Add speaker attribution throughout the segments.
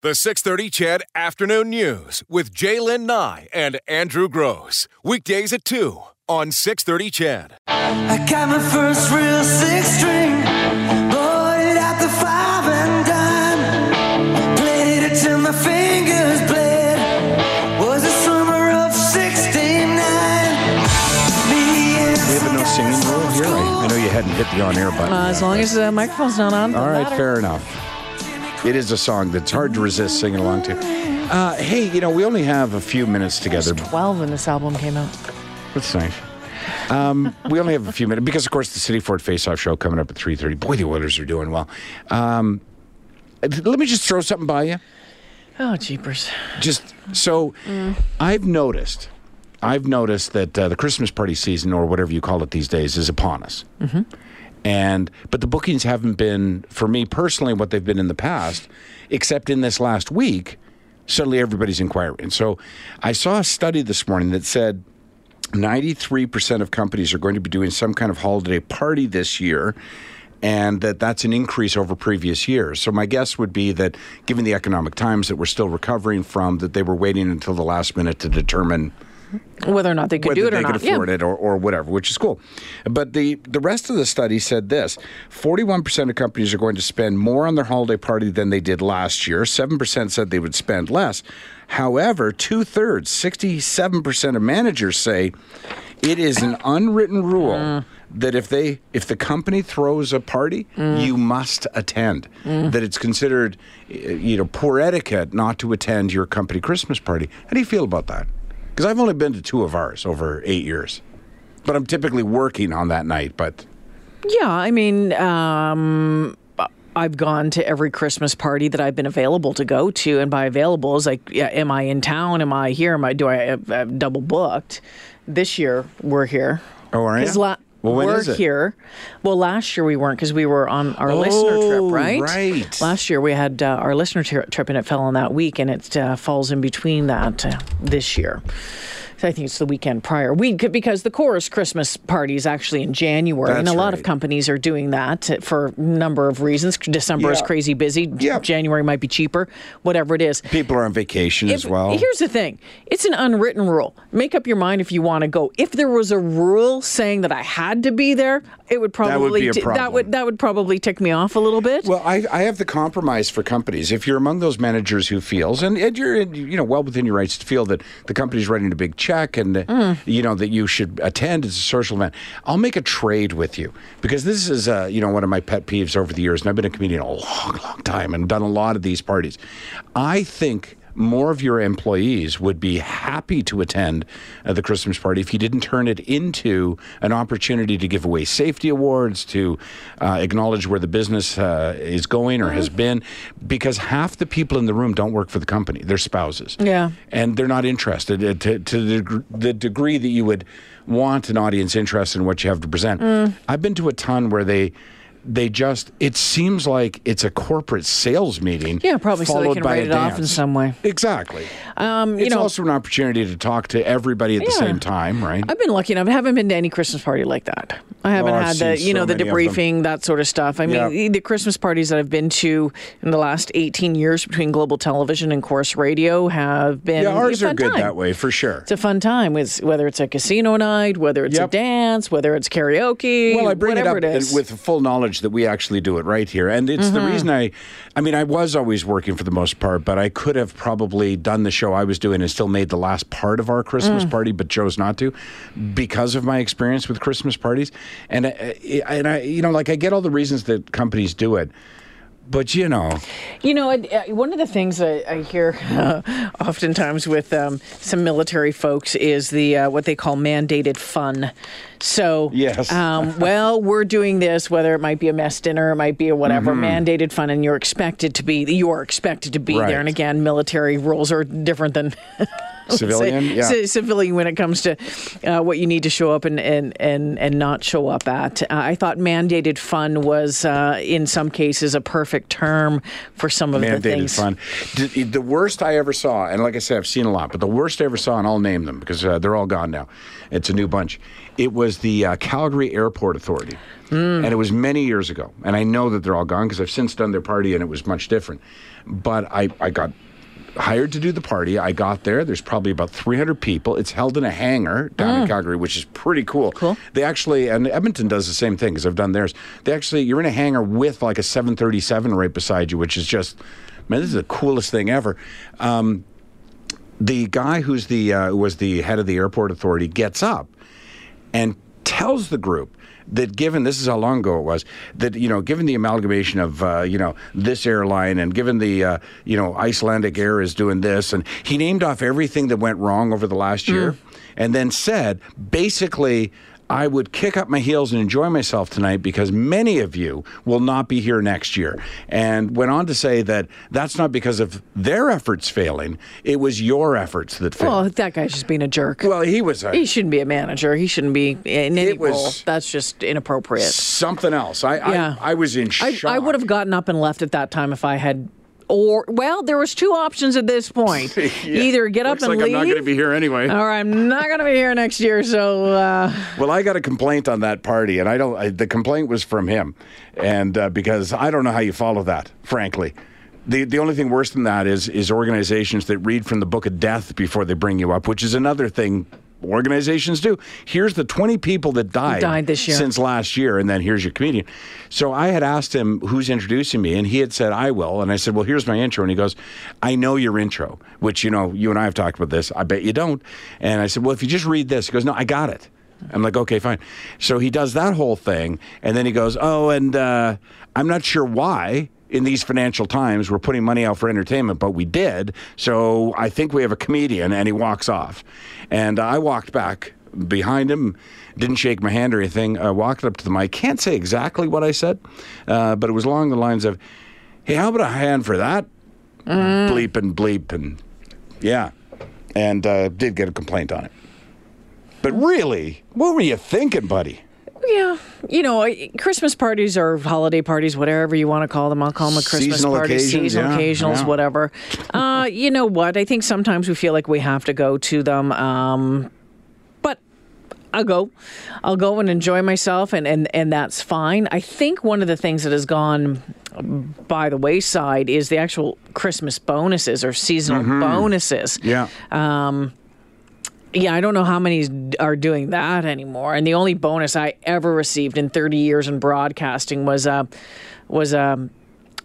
Speaker 1: The 630 Chad Afternoon News with Jaylen Nye and Andrew Gross. Weekdays at 2 on 630 Chad.
Speaker 2: I got my first real six string, bought it at the five and dime, played it till my fingers bled. Was the summer of '69.
Speaker 3: We have a no singing rule here. I, I know you hadn't hit the on-air button.
Speaker 4: Uh, as long as the microphone's not on.
Speaker 3: All
Speaker 4: doesn't
Speaker 3: right,
Speaker 4: matter.
Speaker 3: fair enough. It is a song that's hard to resist singing along to. Uh, hey, you know we only have a few minutes together.
Speaker 4: Twelve when this album came out.
Speaker 3: That's nice. Um, we only have a few minutes because, of course, the City Ford Face-Off show coming up at three thirty. Boy, the Oilers are doing well. Um, let me just throw something by you.
Speaker 4: Oh, jeepers.
Speaker 3: Just so I've noticed, I've noticed that uh, the Christmas party season, or whatever you call it these days, is upon us. Mm-hmm. And but the bookings haven't been, for me personally, what they've been in the past, except in this last week. Suddenly, everybody's inquiring. And so, I saw a study this morning that said 93% of companies are going to be doing some kind of holiday party this year and that that's an increase over previous years. So my guess would be that given the economic times that we're still recovering from that they were waiting until the last minute to determine
Speaker 4: Whether or not they could
Speaker 3: whether
Speaker 4: do it
Speaker 3: they
Speaker 4: or
Speaker 3: could
Speaker 4: not.
Speaker 3: afford
Speaker 4: yeah.
Speaker 3: it or, or whatever, which is cool. But the, the rest of the study said this 41% of companies are going to spend more on their holiday party than they did last year. 7% said they would spend less. However, two thirds, 67% of managers say it is an unwritten rule.
Speaker 4: Mm.
Speaker 3: That if they if the company throws a party,
Speaker 4: Mm.
Speaker 3: you must attend. That it's considered, uh, you know, poor etiquette not to attend your company Christmas party. How do you feel about that? Because I've only been to two of ours over eight years, but I'm typically working on that night. But
Speaker 4: Yeah, I mean, um, I've gone to every Christmas party that I've been available to go to, and by available is like, yeah, am I in town? Am I here? Am I do I i double booked? This year we're here.
Speaker 3: Oh, are you?
Speaker 4: 'Cause La-
Speaker 3: Well, when
Speaker 4: we're
Speaker 3: is it?
Speaker 4: here. Well, last year we weren't because we were on our listener
Speaker 3: Oh,
Speaker 4: trip, right?
Speaker 3: right.
Speaker 4: Last year we had uh, our listener tri- trip and it fell on that week, and it uh, falls in between that uh, this year. So I think it's the weekend prior. We could because the chorus Christmas party is actually in January, and a
Speaker 3: That's
Speaker 4: lot of
Speaker 3: right.
Speaker 4: companies are doing that for a number of reasons. December is
Speaker 3: Yeah.
Speaker 4: crazy busy. J-
Speaker 3: Yeah.
Speaker 4: January might be cheaper. Whatever it is.
Speaker 3: people are on vacation as
Speaker 4: If-
Speaker 3: well.
Speaker 4: Here's the thing it's an unwritten rule. Make up your mind if you want to go. If there was a rule saying that I had to be there, it would probably
Speaker 3: be a
Speaker 4: t- that
Speaker 3: problem.
Speaker 4: would that would probably tick me off a little bit.
Speaker 3: well, I, I have the compromise for companies. If you're among those managers who feels, and, and you're in- you know well within your rights to feel that the company's writing a big check and uh, you know that you should attend. It's a social event. I'll make a trade with you because this is uh, you know one of my pet peeves over the years, and I've been a comedian a long, long time and done a lot of these parties. I think more of your employees would be happy to attend uh, the Christmas party if you didn't turn it into an opportunity to give away safety awards, to uh, acknowledge where the business uh, is going or
Speaker 4: Mm-hmm.
Speaker 3: has been, because half the people in the room don't work for the company; they're spouses.
Speaker 4: Yeah.
Speaker 3: and they're not interested uh, to, to the, deg- the degree that you would want an audience interested in what you have to present.
Speaker 4: Mm.
Speaker 3: I've been to a ton where they. They just, it seems like it's a corporate sales meeting.
Speaker 4: Yeah, probably so they
Speaker 3: followed
Speaker 4: can
Speaker 3: by
Speaker 4: write
Speaker 3: a
Speaker 4: it off in
Speaker 3: dance.
Speaker 4: some way.
Speaker 3: Exactly.
Speaker 4: um, you
Speaker 3: it's
Speaker 4: know,
Speaker 3: also an opportunity to talk to everybody at the
Speaker 4: Yeah.
Speaker 3: same time, right?
Speaker 4: I've been lucky enough. I haven't been to any Christmas party like that. I haven't
Speaker 3: Oh, I've
Speaker 4: had the,
Speaker 3: seen
Speaker 4: you know,
Speaker 3: so
Speaker 4: the
Speaker 3: many of them.
Speaker 4: debriefing, that sort of stuff. I mean,
Speaker 3: Yeah.
Speaker 4: the Christmas parties that I've been to in the last 18 years between Global Television and Chorus Radio have been
Speaker 3: yeah, ours
Speaker 4: a
Speaker 3: are
Speaker 4: fun
Speaker 3: good
Speaker 4: time.
Speaker 3: that way for sure.
Speaker 4: It's a fun time, it's, whether it's a casino night, whether it's
Speaker 3: Yep.
Speaker 4: a dance, whether it's karaoke,
Speaker 3: Well, I bring it up
Speaker 4: whatever it is. Mm-hmm.
Speaker 3: with full knowledge that we actually do it right here, and it's the reason I, I mean, I was always working for the most part, but I could have probably done the show I was doing and still made the last part of our Christmas
Speaker 4: Mm.
Speaker 3: party, but chose not to, because of my experience with Christmas parties, and I, I- and I, you know, like I get all the reasons that companies do it, but you know,
Speaker 4: You know, I, I- one of the things I, I hear oftentimes with um, some military folks is the uh, what they call mandated fun. So,
Speaker 3: Yes.
Speaker 4: um, well, we're doing this, whether it might be a mess dinner, it might be a whatever
Speaker 3: Mm-hmm.
Speaker 4: mandated fun, and you're expected to be you are expected to be
Speaker 3: Right.
Speaker 4: there. And again, military rules are different than
Speaker 3: Civilian,
Speaker 4: Ci-
Speaker 3: yeah.
Speaker 4: ci- civilian when it comes to uh, what you need to show up and and and, and not show up at. Uh, I thought mandated fun was uh, in some cases a perfect term for some of the
Speaker 3: mandated
Speaker 4: things.
Speaker 3: fun. D- The worst I ever saw, and like I said, I've seen a lot, but the worst I ever saw, and I'll name them because uh, they're all gone now. It's a new bunch. It was the uh, Calgary Airport Authority, and it was many years ago. And I know that they're all gone because I've since done their party, and it was much different. But I, I got hired to do the party. I got there. There's probably about 300 people. It's held in a hangar down in Calgary, which is pretty cool. Cool. They actually, and Edmonton does the same thing because I've done theirs. They actually, you're in a hangar with like a 737 right beside you, which is just, man, this is the coolest thing ever. Um, the guy who's the uh, who was the head of the airport authority gets up and tells the group that given this is how long ago it was that you know given the amalgamation of uh, you know this airline and given the uh, you know Icelandic Air is doing this and he named off everything that went wrong over the last
Speaker 4: Mm.
Speaker 3: year and then said basically I would kick up my heels and enjoy myself tonight because many of you will not be here next year. And went on to say that that's not because of their efforts failing, it was your efforts that failed.
Speaker 4: Well, that guy's just being a jerk.
Speaker 3: Well, he was a
Speaker 4: he shouldn't be a manager. He shouldn't be in any
Speaker 3: It was-
Speaker 4: role. That's just inappropriate.
Speaker 3: something else. I,
Speaker 4: Yeah.
Speaker 3: I I was in
Speaker 4: I,
Speaker 3: shock.
Speaker 4: I would have gotten up and left at that time if I had. Or well, there was two options at this point.
Speaker 3: Yeah.
Speaker 4: Either get
Speaker 3: Looks
Speaker 4: up and
Speaker 3: like
Speaker 4: leave,
Speaker 3: I'm not going to be here anyway.
Speaker 4: or I'm not going to be here next year. So uh,
Speaker 3: Well, I got a complaint on that party, and I don't. I, the complaint was from him, and uh, because I don't know how you follow that, frankly. The, the only thing worse than that is is organizations that read from the book of death before they bring you up, which is another thing organizations do. Here's the 20 people that died,
Speaker 4: died this year.
Speaker 3: since last year, and then here's your comedian. So I had asked him who's introducing me, and he had said I will, and I said, well, here's my intro, and he goes, I know your intro, which you know you and I have talked about this. I bet you don't, and I said, well, if you just read this, he goes, no, I got it. I'm like, okay, fine. So he does that whole thing, and then he goes, oh, and uh, I'm not sure why. In these financial times, we're putting money out for entertainment, but we did. So I think we have a comedian, and he walks off. And I walked back behind him, didn't shake my hand or anything. I walked up to the mic. Can't say exactly what I said, uh, but it was along the lines of, "Hey, how about a hand for that?" Bleep and bleep and yeah, and uh, did get a complaint on it. But really, what were you thinking, buddy?
Speaker 4: yeah, you know, I- Christmas parties or holiday parties, whatever you want to call them. I'll call them a Christmas
Speaker 3: Seasonal
Speaker 4: party,
Speaker 3: occasions,
Speaker 4: seasonal
Speaker 3: yeah,
Speaker 4: occasionals,
Speaker 3: yeah.
Speaker 4: whatever. Uh, you know what? I think sometimes we feel like we have to go to them. Um, but I'll go. I'll go and enjoy myself, and, and, and that's fine. I think one of the things that has gone by the wayside is the actual Christmas bonuses or seasonal
Speaker 3: Mm-hmm.
Speaker 4: bonuses.
Speaker 3: Yeah.
Speaker 4: Yeah, I don't know how many are doing that anymore. And the only bonus I ever received in 30 years in broadcasting was a was a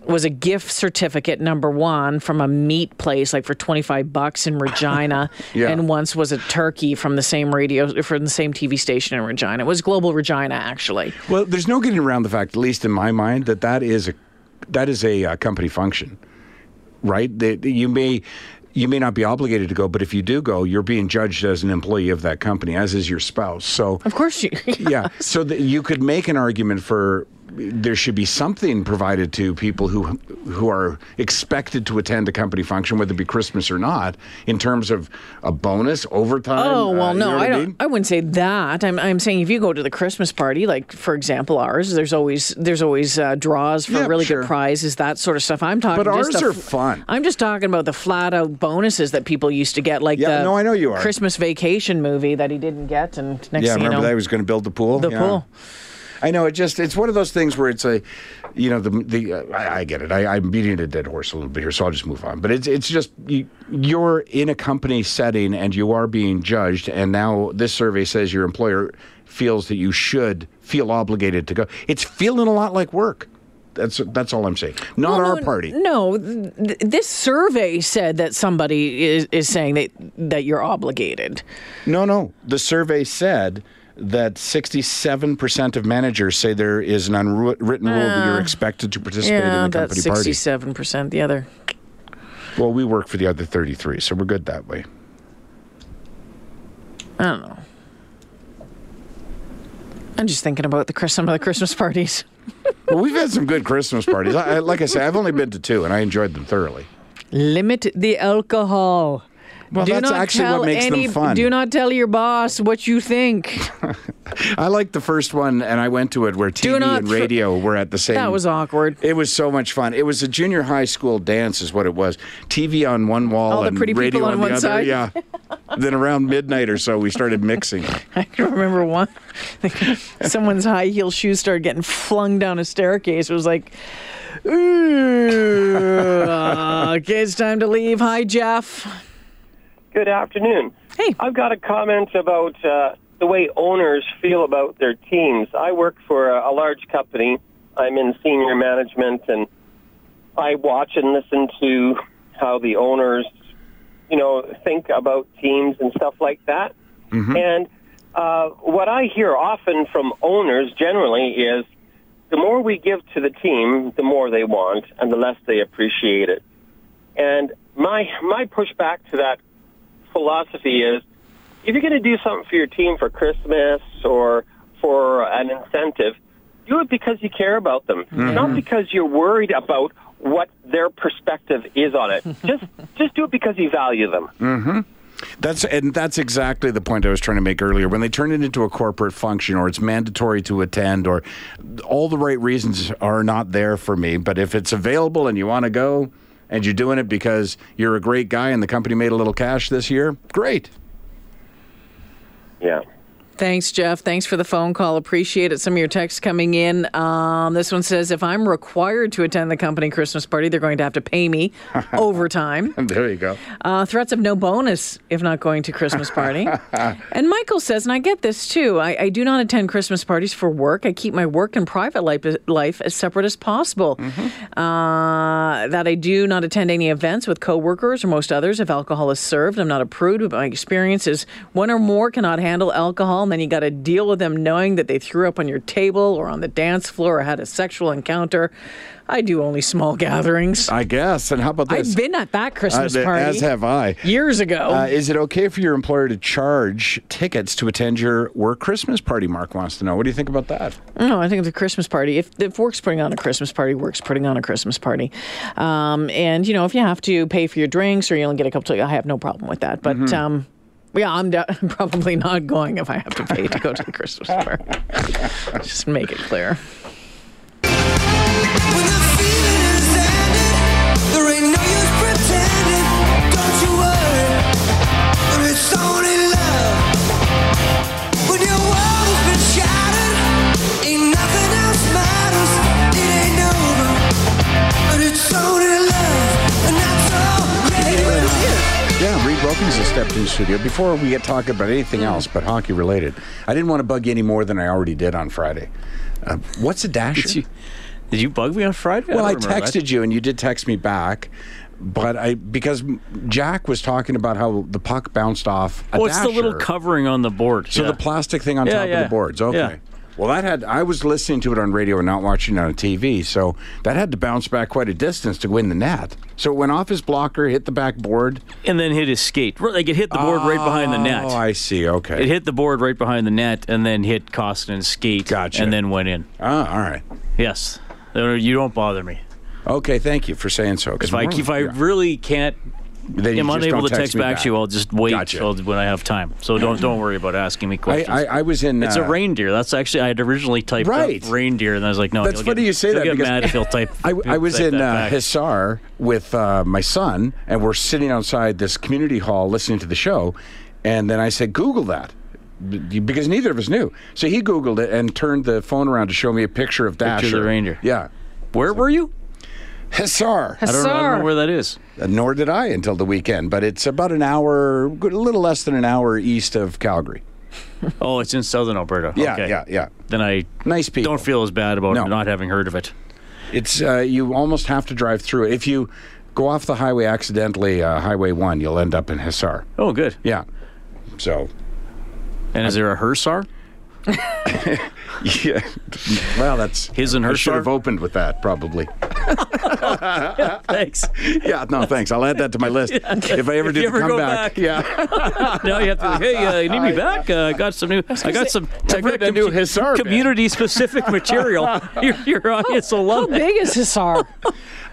Speaker 4: was a gift certificate number one from a meat place like for 25 bucks in Regina
Speaker 3: Yeah.
Speaker 4: and once was a turkey from the same radio from the same TV station in Regina it was Global Regina actually
Speaker 3: Well, there's no getting around the fact, at least in my mind, that that is a that is a uh, company function, right? That you may you may not be obligated to go, but if you do go, you're being judged as an employee of that company, as is your spouse. So,
Speaker 4: of course you
Speaker 3: yeah, so that you could make an argument for there should be something provided to people who who are expected to attend a company function, whether it be Christmas or not, in terms of a bonus, overtime.
Speaker 4: Oh well,
Speaker 3: uh, you
Speaker 4: no,
Speaker 3: know what
Speaker 4: I don't. I,
Speaker 3: mean?
Speaker 4: wouldn't say that. I'm, I'm saying if you go to the Christmas party, like for example ours, there's always there's always uh, draws for
Speaker 3: Yeah,
Speaker 4: really
Speaker 3: sure.
Speaker 4: good prizes, that sort of stuff. I'm talking.
Speaker 3: But
Speaker 4: just
Speaker 3: ours
Speaker 4: the
Speaker 3: are
Speaker 4: f-
Speaker 3: fun.
Speaker 4: I'm just talking about the flat out bonuses that people used to get, like
Speaker 3: Yeah,
Speaker 4: the
Speaker 3: no, I know you are.
Speaker 4: Christmas vacation movie that he didn't get, and next
Speaker 3: Yeah,
Speaker 4: thing you
Speaker 3: remember
Speaker 4: know,
Speaker 3: that he was going to build the pool.
Speaker 4: The
Speaker 3: Yeah.
Speaker 4: pool.
Speaker 3: I know it just it's one of those things where it's a, you know the the uh, I, I get it. I, I'm beating a dead horse a little bit here, so I'll just move on. But it's it's just you, you're in a company setting and you are being judged, and now this survey says your employer feels that you should feel obligated to go. It's feeling a lot like work. That's that's all I'm saying. Not
Speaker 4: Well,
Speaker 3: our
Speaker 4: Oh, no,
Speaker 3: party.
Speaker 4: No, th- th- this survey said that somebody is, is saying that that you're obligated.
Speaker 3: No, no. The survey said that 67% of managers say there is an unwritten rule that you're expected to participate
Speaker 4: Ah. yeah,
Speaker 3: in the
Speaker 4: that's
Speaker 3: company party.
Speaker 4: sixty-seven percent. The other.
Speaker 3: Well, we work for the other 33, so we're good that way.
Speaker 4: I don't know. I'm just thinking about the Chris, some of the Christmas parties.
Speaker 3: well, we've had some good Christmas parties. I, I, like I say, I've only been to two, and I enjoyed them thoroughly.
Speaker 4: Limit the alcohol.
Speaker 3: Well,
Speaker 4: do
Speaker 3: that's
Speaker 4: not
Speaker 3: actually
Speaker 4: tell
Speaker 3: what makes
Speaker 4: any,
Speaker 3: them fun.
Speaker 4: Do not tell your boss what you think.
Speaker 3: I liked the first one, and I went to it where TV
Speaker 4: not
Speaker 3: and
Speaker 4: thr-
Speaker 3: radio were at the same.
Speaker 4: That was awkward.
Speaker 3: It was so much fun. It was a junior high school dance, is what it was. TV on one wall
Speaker 4: All the
Speaker 3: and
Speaker 4: pretty people
Speaker 3: radio
Speaker 4: on
Speaker 3: the
Speaker 4: one
Speaker 3: other.
Speaker 4: side.
Speaker 3: Yeah. then around midnight or so, we started mixing.
Speaker 4: I can remember one. Someone's high heel shoes started getting flung down a staircase. It was like, ooh, uh, okay, it's time to leave. Hi, Jeff.
Speaker 5: Good afternoon.
Speaker 4: Hey.
Speaker 5: I've got a comment about uh, the way owners feel about their teams. I work for a, a large company. I'm in senior management, and I watch and listen to how the owners, you know, think about teams and stuff like that. And uh, what I hear often from owners generally is the more we give to the team, the more they want, and the less they appreciate it. And my my pushback to that philosophy is if you're going to do something for your team for Christmas or for an incentive, do it because you care about them, not because you're worried about what their perspective is on it. just just do it because you value them.
Speaker 3: That's and that's exactly the point I was trying to make earlier. When they turn it into a corporate function, or it's mandatory to attend, or all the right reasons are not there for me. But if it's available and you want to go, and you're doing it because you're a great guy and the company made a little cash this year, great.
Speaker 5: Yeah.
Speaker 4: Thanks, Jeff. Thanks for the phone call. Appreciate it. Some of your texts coming in. Um, this one says, if I'm required to attend the company Christmas party, they're going to have to pay me overtime.
Speaker 3: There you go.
Speaker 4: Uh, threats of no bonus if not going to Christmas party. and Michael says, and I get this too, I, I do not attend Christmas parties for work. I keep my work and private life, life as separate as possible.
Speaker 3: Mm-hmm.
Speaker 4: Uh, that I do not attend any events with coworkers or most others if alcohol is served. I'm not a prude, but my experience is one or more cannot handle alcohol, and then you got to deal with them knowing that they threw up on your table or on the dance floor or had a sexual encounter. I do only small gatherings.
Speaker 3: I guess. And how about this?
Speaker 4: I've been at that
Speaker 3: Uh,
Speaker 4: Christmas
Speaker 3: th-
Speaker 4: party
Speaker 3: As have I.
Speaker 4: years ago.
Speaker 3: Uh, is it okay for your employer to charge tickets to attend your work Christmas party? Mark wants to know. What do you think about that?
Speaker 4: No, Oh, I think it's a Christmas party. If, if work's putting on a Christmas party, work's putting on a Christmas party. Um, and, you know, if you have to pay for your drinks or you only get a couple, I have no problem with that. But, um, yeah, I'm de- probably not going if I have to pay to go to the Christmas party. Just make it clear.
Speaker 2: When the feeling is ended, there ain't no use pretending. Don't you worry, it's only love. When your world has been shattered, ain't nothing else matters. It ain't over, but it's only love, and that's all.
Speaker 3: Yeah, Reed Wilkins has stepped in the studio. Before we get talking about anything else but hockey related, I didn't want to bug you any more than I already did on Friday. Uh, what's a dasher?
Speaker 6: Did you, did you bug me on Friday?
Speaker 3: well,
Speaker 6: don't
Speaker 3: I
Speaker 6: remember
Speaker 3: texted
Speaker 6: that.
Speaker 3: you, and you did text me back. But I because Jack was talking about how the puck bounced off. A
Speaker 6: Oh, it's the little
Speaker 3: dasher.
Speaker 6: covering on the board.
Speaker 3: So
Speaker 6: yeah.
Speaker 3: the plastic thing on
Speaker 6: Yeah,
Speaker 3: top of
Speaker 6: yeah.
Speaker 3: the boards. Okay.
Speaker 6: Yeah.
Speaker 3: Well, that had I was listening to it on radio and not watching it on TV, so that had to bounce back quite a distance to win the net. So it went off his blocker, hit the back board.
Speaker 6: and then hit his skate. Right- Like it hit the board right behind the net.
Speaker 3: Oh, I see. Okay.
Speaker 6: It hit the board right behind the net and then hit Costin's skate.
Speaker 3: Gotcha.
Speaker 6: And then went in.
Speaker 3: Ah, all right.
Speaker 6: Yes. No, You don't bother me.
Speaker 3: Okay, thank you for saying so. 'cause
Speaker 6: If I,
Speaker 3: we're-
Speaker 6: if I
Speaker 3: yeah.
Speaker 6: really can't,
Speaker 3: Then you
Speaker 6: I'm
Speaker 3: just
Speaker 6: unable
Speaker 3: don't
Speaker 6: to text
Speaker 3: me
Speaker 6: back to you, I'll just wait
Speaker 3: Gotcha.
Speaker 6: till when I have time. So don't don't worry about asking me
Speaker 3: I,
Speaker 6: questions.
Speaker 3: I, I was in.
Speaker 6: it's
Speaker 3: uh,
Speaker 6: a reindeer. That's actually I had originally typed up
Speaker 3: Right.
Speaker 6: reindeer, and I was like, no.
Speaker 3: That's
Speaker 6: he'll
Speaker 3: funny
Speaker 6: get,
Speaker 3: you say
Speaker 6: he'll
Speaker 3: that
Speaker 6: Get
Speaker 3: because-
Speaker 6: mad if he'll type.
Speaker 3: I, I was
Speaker 6: type
Speaker 3: in
Speaker 6: that
Speaker 3: uh,
Speaker 6: back.
Speaker 3: Hisar with uh, my son, and we're sitting outside this community hall listening to the show. And then I said, Google that. b- Because neither of us knew. So he Googled it and turned the phone around to show me a picture of Dasher.
Speaker 6: of the reindeer.
Speaker 3: Yeah.
Speaker 6: Where were you?
Speaker 3: Hisar.
Speaker 6: I don't, know, I don't
Speaker 4: Hussar.
Speaker 6: know where that is.
Speaker 3: Uh, Nor did I until the weekend, but it's about an hour, good- a little less than an hour east of Calgary.
Speaker 6: Oh, it's in southern Alberta.
Speaker 3: Yeah,
Speaker 6: okay.
Speaker 3: yeah, yeah.
Speaker 6: Then I
Speaker 3: Nice people.
Speaker 6: don't feel as bad about
Speaker 3: No.
Speaker 6: not having heard of it.
Speaker 3: It's uh, you almost have to drive through it. If you go off the highway accidentally, uh, Highway One, you'll end up in Hisar.
Speaker 6: Oh, good.
Speaker 3: Yeah. So
Speaker 6: And is there a Hursar?
Speaker 3: Yeah. Well, that's
Speaker 6: His and
Speaker 3: I
Speaker 6: her
Speaker 3: should have
Speaker 6: shark?
Speaker 3: opened with that probably.
Speaker 6: Thanks.
Speaker 3: Yeah, no, thanks. I'll add that to my list. If I ever
Speaker 6: If
Speaker 3: do the
Speaker 6: you ever go
Speaker 3: comeback,
Speaker 6: back.
Speaker 3: yeah.
Speaker 6: Now you have to. Hey, uh, you need me back? Uh, I got some new. I got some. I
Speaker 3: written
Speaker 6: got
Speaker 3: a new Hussar bit.
Speaker 6: community specific material. your, your audience will
Speaker 4: How
Speaker 6: love it.
Speaker 4: big is Hisar?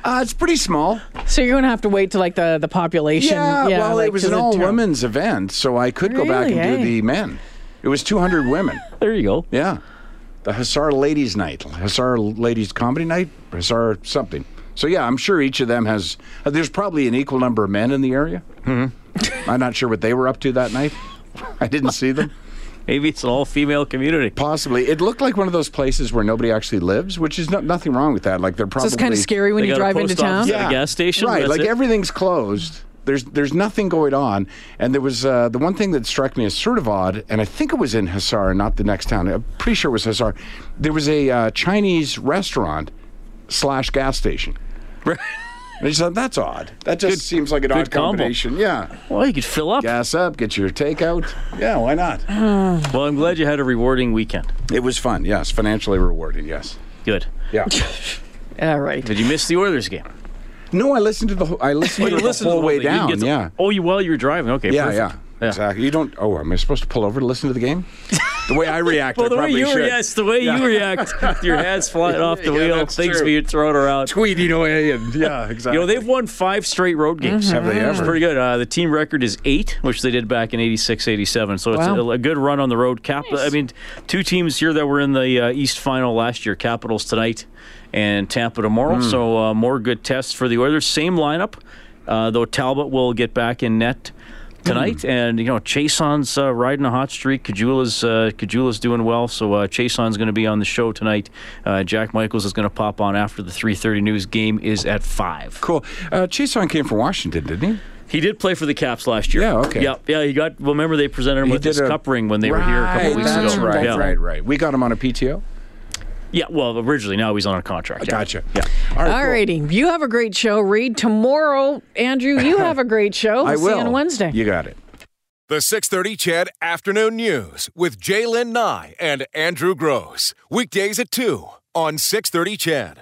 Speaker 3: Uh, it's pretty small.
Speaker 4: so you're going to have to wait till like the, the population.
Speaker 3: Yeah, well,
Speaker 4: like,
Speaker 3: it was
Speaker 4: to
Speaker 3: an
Speaker 4: the
Speaker 3: all
Speaker 4: town.
Speaker 3: women's event, so I could go back and
Speaker 4: Really,
Speaker 3: do
Speaker 4: eh?
Speaker 3: the men. It was 200 women.
Speaker 6: There you go.
Speaker 3: Yeah. The Hussar Ladies Night, Hussar Ladies Comedy Night, Hussar something. So, yeah, I'm sure each of them has, uh, there's probably an equal number of men in the area. Mm-hmm. I'm not sure what they were up to that night. I didn't see them.
Speaker 6: Maybe it's an all female community.
Speaker 3: Possibly. It looked like one of those places where nobody actually lives, which is no, nothing wrong with that. Like, they're
Speaker 4: So
Speaker 3: probably.
Speaker 4: it's kind of scary when
Speaker 6: They
Speaker 4: you
Speaker 6: got a
Speaker 4: drive into
Speaker 6: post office
Speaker 4: town.
Speaker 6: at a gas station.
Speaker 3: Right,
Speaker 6: That's
Speaker 3: like
Speaker 6: it.
Speaker 3: everything's closed. There's there's nothing going on, and there was uh, the one thing that struck me as sort of odd, and I think it was in Hisar, not the next town. I'm pretty sure it was Hisar. There was a uh, Chinese restaurant slash gas station. And I just thought that's odd. That just seems like an odd
Speaker 6: combo.
Speaker 3: combination. Yeah,
Speaker 6: Well, you could fill up.
Speaker 3: gas up, get your takeout. Yeah, why not?
Speaker 6: Well, I'm glad you had a rewarding weekend.
Speaker 3: it was fun. Yes, financially rewarding. Yes.
Speaker 6: Good.
Speaker 3: Yeah.
Speaker 4: All right.
Speaker 6: Did you miss the Oilers game?
Speaker 3: no, I listened to the whole, I listened to it the whole way
Speaker 6: You didn't
Speaker 3: down.
Speaker 6: get to-
Speaker 3: yeah.
Speaker 6: Oh, you while you were driving. Okay.
Speaker 3: Yeah,
Speaker 6: perfect.
Speaker 3: yeah, Exactly. You don't. Oh, am I supposed to pull over to listen to the game? The way I react,
Speaker 6: Well,
Speaker 3: I
Speaker 6: the way
Speaker 3: probably
Speaker 6: you
Speaker 3: should.
Speaker 6: react, the way
Speaker 3: Yeah.
Speaker 6: you react, with your hands flying off the
Speaker 3: Yeah,
Speaker 6: wheel,
Speaker 3: that's
Speaker 6: things
Speaker 3: true.
Speaker 6: being thrown around.
Speaker 3: Tweeting away and yeah,
Speaker 6: You
Speaker 3: exactly.
Speaker 6: know, they've won five straight road games.
Speaker 3: Have they
Speaker 6: That's
Speaker 3: ever?
Speaker 6: pretty good. Uh, the team record is eight, which they did back in 86, 87. So it's
Speaker 4: Wow.
Speaker 6: a, a good run on the road. Cap- I mean, two teams here that were in the uh, East final last year Capitals tonight and Tampa tomorrow.
Speaker 3: Hmm.
Speaker 6: So uh, more good tests for the Oilers. Same lineup, uh, though Talbot will get back in net. Tonight
Speaker 3: Hmm.
Speaker 6: and you know Chason's uh, riding a hot streak. Kajula's uh, Kajula's doing well, so uh, Chason's going to be on the show tonight. Uh, Jack Michaels is going to pop on after the 3:30 news. Game is at five.
Speaker 3: cool. Uh, Chison came from Washington, didn't he?
Speaker 6: He did play for the Caps last year.
Speaker 3: Yeah, okay.
Speaker 6: Yep. Yeah, he got. well, Remember they presented him
Speaker 3: he
Speaker 6: with his
Speaker 3: a-
Speaker 6: cup ring when they were here a couple
Speaker 3: Right,
Speaker 6: weeks
Speaker 3: that's
Speaker 6: ago.
Speaker 3: Right,
Speaker 6: yeah.
Speaker 3: right, right. We got him on a PTO.
Speaker 6: Yeah. Well, originally now he's on a contract. Yeah.
Speaker 3: Gotcha.
Speaker 6: Yeah.
Speaker 3: All right.
Speaker 4: All
Speaker 3: cool.
Speaker 4: righty. You have a great show, Reed. Tomorrow, Andrew, you have a great show.
Speaker 3: I
Speaker 4: We'll
Speaker 3: will
Speaker 4: See you on Wednesday.
Speaker 3: You got it.
Speaker 1: The 630 Chad Afternoon News with Jaylen Nye and Andrew Gross. Weekdays at 2 on 630 Chad.